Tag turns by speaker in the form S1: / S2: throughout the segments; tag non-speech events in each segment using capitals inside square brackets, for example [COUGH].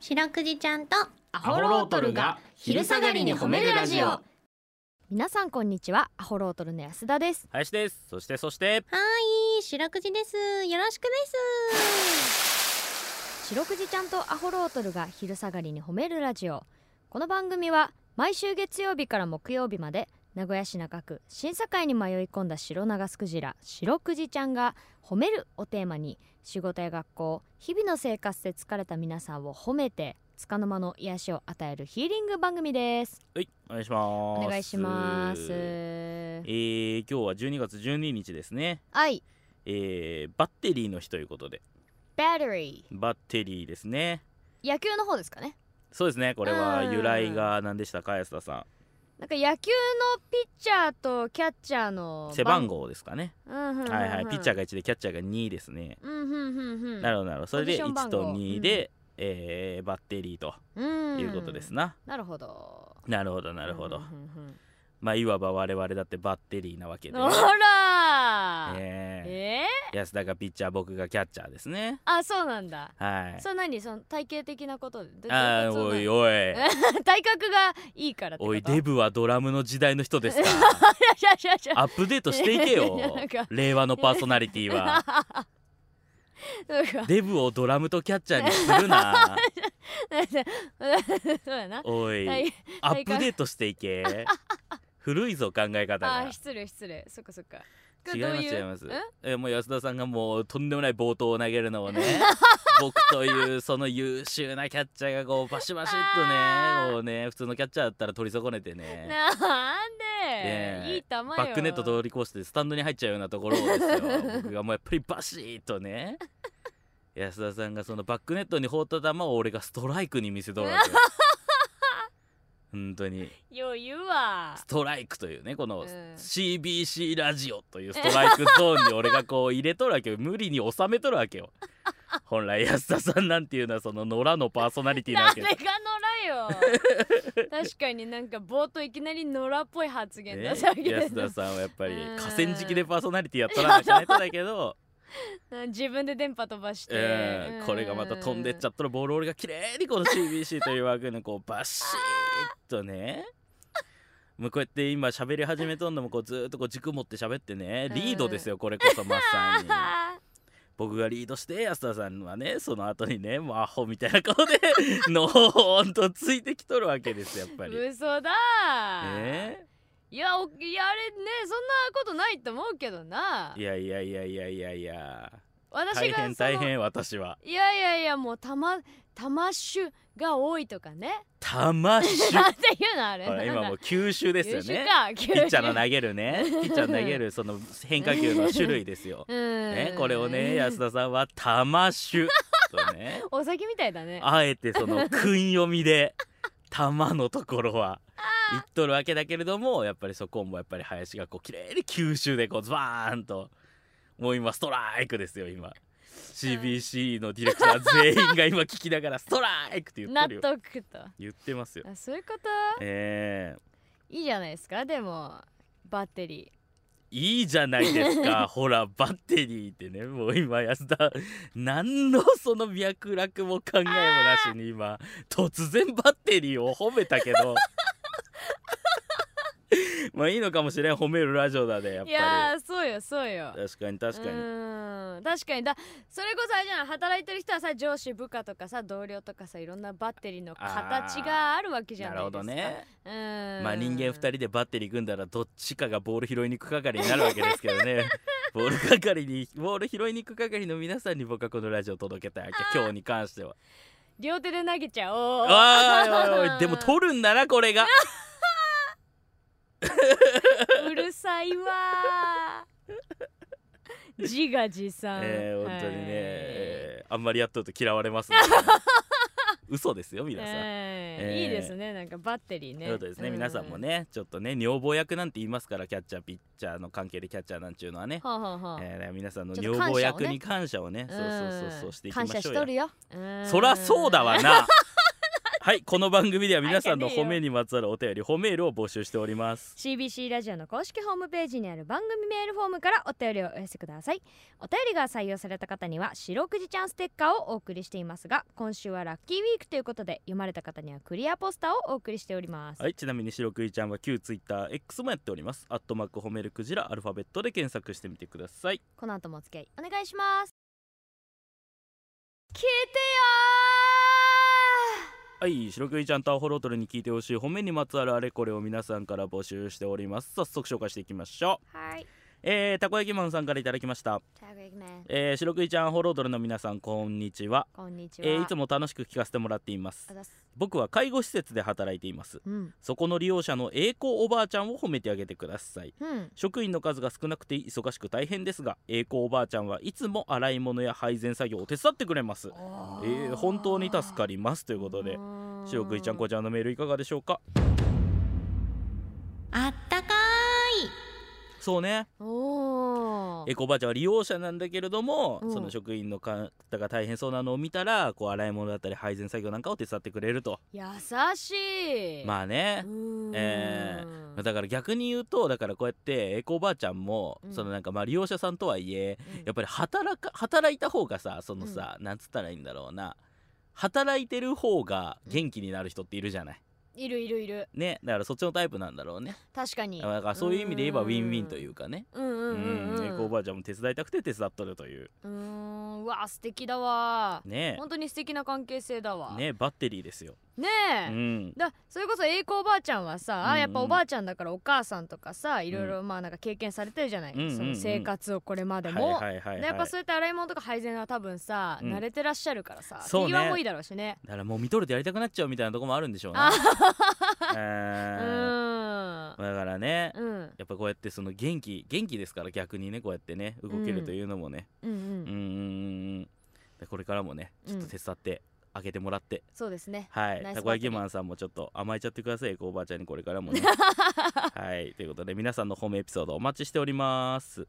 S1: 白くじちゃんと
S2: ア
S3: ホロートルが昼下がりに褒めるラジオ
S4: 皆さんこんにちはアホロートルの安田です
S2: 林ですそしてそして
S1: はい白くじですよろしくです
S4: 白くじちゃんとアホロートルが昼下がりに褒めるラジオこの番組は毎週月曜日から木曜日まで名古屋市中区審査会に迷い込んだ白長スクジラ白くじちゃんが「褒める」をテーマに仕事や学校日々の生活で疲れた皆さんを褒めて束の間の癒しを与えるヒーリング番組です
S2: はいお願いします
S4: お願いします
S2: えー、今日は12月12日ですね
S4: はい
S2: えー、バッテリーの日ということで
S4: バッテリ
S2: バッテリーですね
S4: ー野球の方ですかね
S2: そうですねこれは
S4: うん
S2: 由来が何でしたか安田さ
S4: なんか野球のピッチャーとキャッチャーの
S2: ん背番号ですかね
S4: 番うんうんうんうん
S2: はいはいピッチャーが1でキャッチャーが2ですね
S4: うんうんうんうん
S2: なるほどなるほどそれ
S4: ポ
S2: で
S4: ジション
S2: 1
S4: 番号
S2: と2で、えー、バッテリーと
S4: うん
S2: いうことですな、
S4: なるほど
S2: なるほどなるほど、
S4: うんうんうんうん
S2: まあいわば我々だってバッテリーな
S4: [LAUGHS]
S2: わけで、
S4: ほらー
S2: えー
S4: えー
S2: 安田がピッチャー僕がキャッチャーですね
S4: あそうなんだ
S2: はい
S4: それ何その体型的なことでど
S2: あー
S4: どう
S2: お
S4: いう
S2: い
S4: こ
S2: おい
S4: となの体格がいいからってこと
S2: [LAUGHS] おいデ
S4: [LAUGHS] ブ
S2: ブはドラムの時代の
S4: [LAUGHS]
S2: 人ですかアップデートしていけ
S4: いや
S2: よ
S4: なんか
S2: 令和のパーソナリティは
S4: [LAUGHS] そうか [LAUGHS]
S2: デブをドラムとキャッチャーにするな
S4: そうやな
S2: おい、
S4: はい
S2: アップデートしてい
S4: [LAUGHS]
S2: け古いぞ考え方
S4: あ
S2: が
S4: ー失礼失礼そっかそっか
S2: 違い
S4: ど
S2: ま
S4: う
S2: す
S4: う
S2: 違います
S4: ん
S2: えもう安田さんがもうとんでもない冒頭を投げる
S4: [LAUGHS]
S2: のをね僕というその優秀なキャッチャーがこうバシバシっと
S4: あ
S2: ね
S4: ー
S2: もうね普通のキャッチャーだったら取り損ねてね
S4: なん
S2: ねえ
S4: でいい球よ
S2: バックネット通り越してスタンドに入っちゃうようなところをですよ僕がもうやっぱりバシッとね [LAUGHS] 安田さんがそのバックネットに放った球を俺がストライクに見せとるわけよ本当
S4: [LAUGHS]
S2: に
S4: 余裕は
S2: ストライクというねこの
S4: うん
S2: CBC ラジオというストライクゾーンに俺がこう入れとるわけよ無理に収めとるわけよ本来安田さんなんていうのはその野良のパーソナリティな
S4: な
S2: わ
S4: ん
S2: け
S4: で
S2: で
S4: [LAUGHS] が野良
S2: [LAUGHS]
S4: よ確かになんか冒頭いきなり野良っぽい発言出
S2: ね
S4: すわけで
S2: 安田さんはやっぱり
S4: うん
S2: 河川敷でパーソナリティやっとらなきゃいけないとだけど、
S4: 自分で電波飛ばして
S2: うん、これがまた飛んでっちゃ
S4: っ
S2: ったらボールを俺が綺麗にこの CBC という枠にこうバシッとねもうこうやって今喋り始めとんのもこうずーっとこう軸持って喋ってねリードですよこれこそまっさに。僕がリードして安田さんはねその後にねもうアホみたいな顔でのほほんとついてきとるわけですよやっぱり。
S4: 嘘だ
S2: え
S4: いやおいやあれねそんなことないと思うけどない
S2: やいやいやいやいやいや
S4: 私
S2: 大
S4: が
S2: 変
S4: その
S2: 大変私はい
S4: やいやいやもうたまたましゅが多いとかね
S2: 魂 [LAUGHS]
S4: なんていうのあれ
S2: ほら今もう吸収ですよね
S4: 球種か
S2: ピッチャーの
S4: い
S2: 投げ
S4: [LAUGHS]
S2: るねピッチャーの投げるその変化球の種類ですよ、
S4: うん、
S2: ね、これをね安田さんは「
S4: [LAUGHS]
S2: 魂」とね
S4: お酒みたいだね
S2: あえてその訓読みで玉のところは言っとるわけだけれどもやっぱりそこもやっぱり林がこう綺麗に吸収でこうズバーンともう今ストライクですよ今 CBC のディレクター全員が今聞きながらストライクって言っ
S4: 納
S2: てるよ
S4: 得と
S2: 言ってますよ
S4: あそういうこと
S2: ええ
S4: いいじゃないですかでもバッテリ
S2: いいじゃないですか [LAUGHS] ほらバッテリーってねもう今安田何のその脈絡も考えもなしに今突然バッテリーを褒めたけど [LAUGHS] まあいいのかもしれん褒めるラジオだねやっ
S4: ーい
S2: ぱ
S4: やーそうよそうよ
S2: り確かに確か
S4: う
S2: に
S4: ーん確かにだそれこそあれじゃない働いてる人はさ上司部下とかさ同僚とかさいろんなバッテリーの形があるわけじゃ
S2: な
S4: ない
S2: る
S4: ですか
S2: ほどね
S4: うーん
S2: まあ人間2人でバッテリー組んだらどっちかがボール拾いに行く係になるわけですけ
S4: [LAUGHS]
S2: どねボール係にボール拾いに行く係の皆さんに僕はこのラジオを届けたいわけ今日に関しては
S4: 両手で投げちゃおう
S2: おいおいおいでも取るんだなこれが
S4: うるさいわー自画自賛
S2: えー、本当に
S4: は
S2: ね、
S4: い
S2: えーあんまりやっとると嫌われま
S4: [LAUGHS]
S2: す、ね、嘘ですよ皆さん、
S4: え
S2: え
S4: ー
S2: ー
S4: いいですねなんかバッテリー
S2: と
S4: ね
S2: いうことですね、
S4: う
S2: 皆さんもねちょっとね女房役なんて言いますからキャッチャーピッチャーの関係でキャッチャーなんちゅうのはね、
S4: はあはあはあ
S2: えー皆さんの
S4: ちょ
S2: 女
S4: っと感謝をね
S2: 房役に感謝をねそうそうそうそうしていきましょうよ
S4: 感謝しとるようん
S2: そらそうだわなはいこの番組では皆さんの褒めにまつわるお便り褒めールを募集しております
S4: CBC ラジオの公式ホームページにある番組メールフォームからお便りをお寄せくださいお便りが採用された方には白くじちゃんステッカーをお送りしていますが今週はラッキーウィークということで読まれた方にはクリアポスターをお送りしております
S2: はいちなみに白クイちゃんは旧 TwitterX もやっておりますアットマーク褒めるクジラアルファベットで検索してみてください
S4: この後もお付き合いお願いします聞いてよ
S2: はい白クイちゃんとアホロートルに聞いてほしい褒めにまつわるあれこれを皆さんから募集しております早速紹介していきましょう
S4: ーはい
S2: えー、たこ焼きマンさんからいただきました
S4: タグイグメン
S2: えー、白クイちゃんアホロートルの皆さんこんにちは
S4: こんにちは、
S2: えーいつも楽しく聞かせてもらっています
S4: あざっす
S2: 僕は介護施設で働いています
S4: うん
S2: そこの利用者の栄光おばあちゃんを褒めてあげてください
S4: うん
S2: 職員の数が少なくて忙しく大変ですが栄光おばあちゃんはいつも洗い物や配膳作業を手伝ってくれますえー本当に助かりますということで白くいちゃんこちゃんのメールいかがでしょうか
S1: あったか
S2: そうね
S4: おー
S2: 栄光おばあちゃんは利用者なんだけれども、
S4: うん
S2: その職員の方が大変そうなのを見たらこう洗い物だったり配膳作業なんかを手伝ってくれると
S4: 優しいあ
S2: まあねえ
S4: え
S2: だから逆に言うとだからこうやって栄光おばあちゃんも、
S4: うん
S2: そのなんかまあ利用者さんとはいえやっぱり働か働いた方がさそのさ、なんつったらいいんだろうな働いてる方が元気になる人っているじゃない。
S4: いるいるいる
S2: ね、だからそっちのタイプなんだろうね
S4: 確かに
S2: だからそういう意味で言えばウィンウィンといううかね
S4: うんう
S2: うん
S4: うんうん
S2: エコおばあちゃんも手伝いたくて手伝っとるという
S4: うーんうわ素敵だわ
S2: ね
S4: 本当に素敵な関係性だわ
S2: ねバッテリーですよ、
S4: ね
S2: う
S4: え
S2: ん、
S4: だそれこそ栄光おばあちゃんはさ、
S2: うんうん
S4: やっぱおばあちゃんだからお母さんとかさいろいろまあなんか経験されてるじゃない、
S2: うんうんうん
S4: その生活をこれまでも、
S2: はいはいはい、はい、
S4: でやっぱそうやって洗い物とか配膳は多分さ、
S2: うん
S4: 慣れてらっしゃるからさ
S2: そうね
S4: 手際もいいだろうしね
S2: だからもう見とるとやりたくなっちゃうみたいなとこもあるんでしょうね
S4: あう
S2: うん
S4: ーん
S2: だからね
S4: うんうん
S2: やっぱこうやってその元気元気ですから逆にねこうやってね動けるというのもね、
S4: うん、
S2: うんうんうんうんでこれからもねちょっと手伝ってあげてもらって、
S4: そうですね
S2: はい
S4: ナイス
S2: たこ焼
S4: バッテリ
S2: き
S4: ー
S2: マンさんもちょっと甘えちゃってくださいこうおばあちゃんにこれから
S4: [LAUGHS]
S2: もねはいということで皆さんのホームエピソードお待ちしております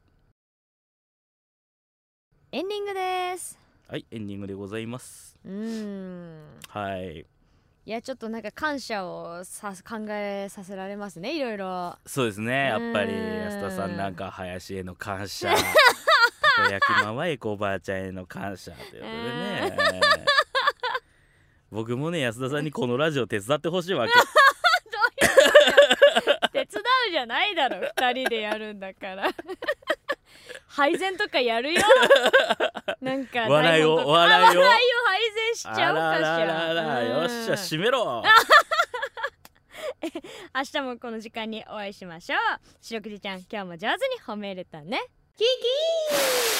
S4: エンディングです
S2: はいエンディングでございます
S4: うーん
S2: はい
S4: いやちょっとなんか感謝をさ考えさせられますねいろいろ
S2: そうですねやっぱり
S4: うーん
S2: 安田さんなんか林への
S4: [LAUGHS]
S2: 感謝たこ焼きマンはエコおばあちゃんへの感謝ということでね僕もね安田さんにこのラジオ手伝ってほし
S4: [LAUGHS]
S2: いわけ
S4: 手伝うじゃないだろ2人でやるんだから
S2: [LAUGHS]
S4: 配膳とかやるよなんか
S2: 笑いを
S4: 台本とか
S2: 笑いを
S4: あ笑いを配膳しちゃおうかしら
S2: あらららら
S4: うん
S2: よっしゃ閉めろ
S4: 明日もこの時間にお会いしましょう白くじちゃん今日も上手に褒めれたねキキー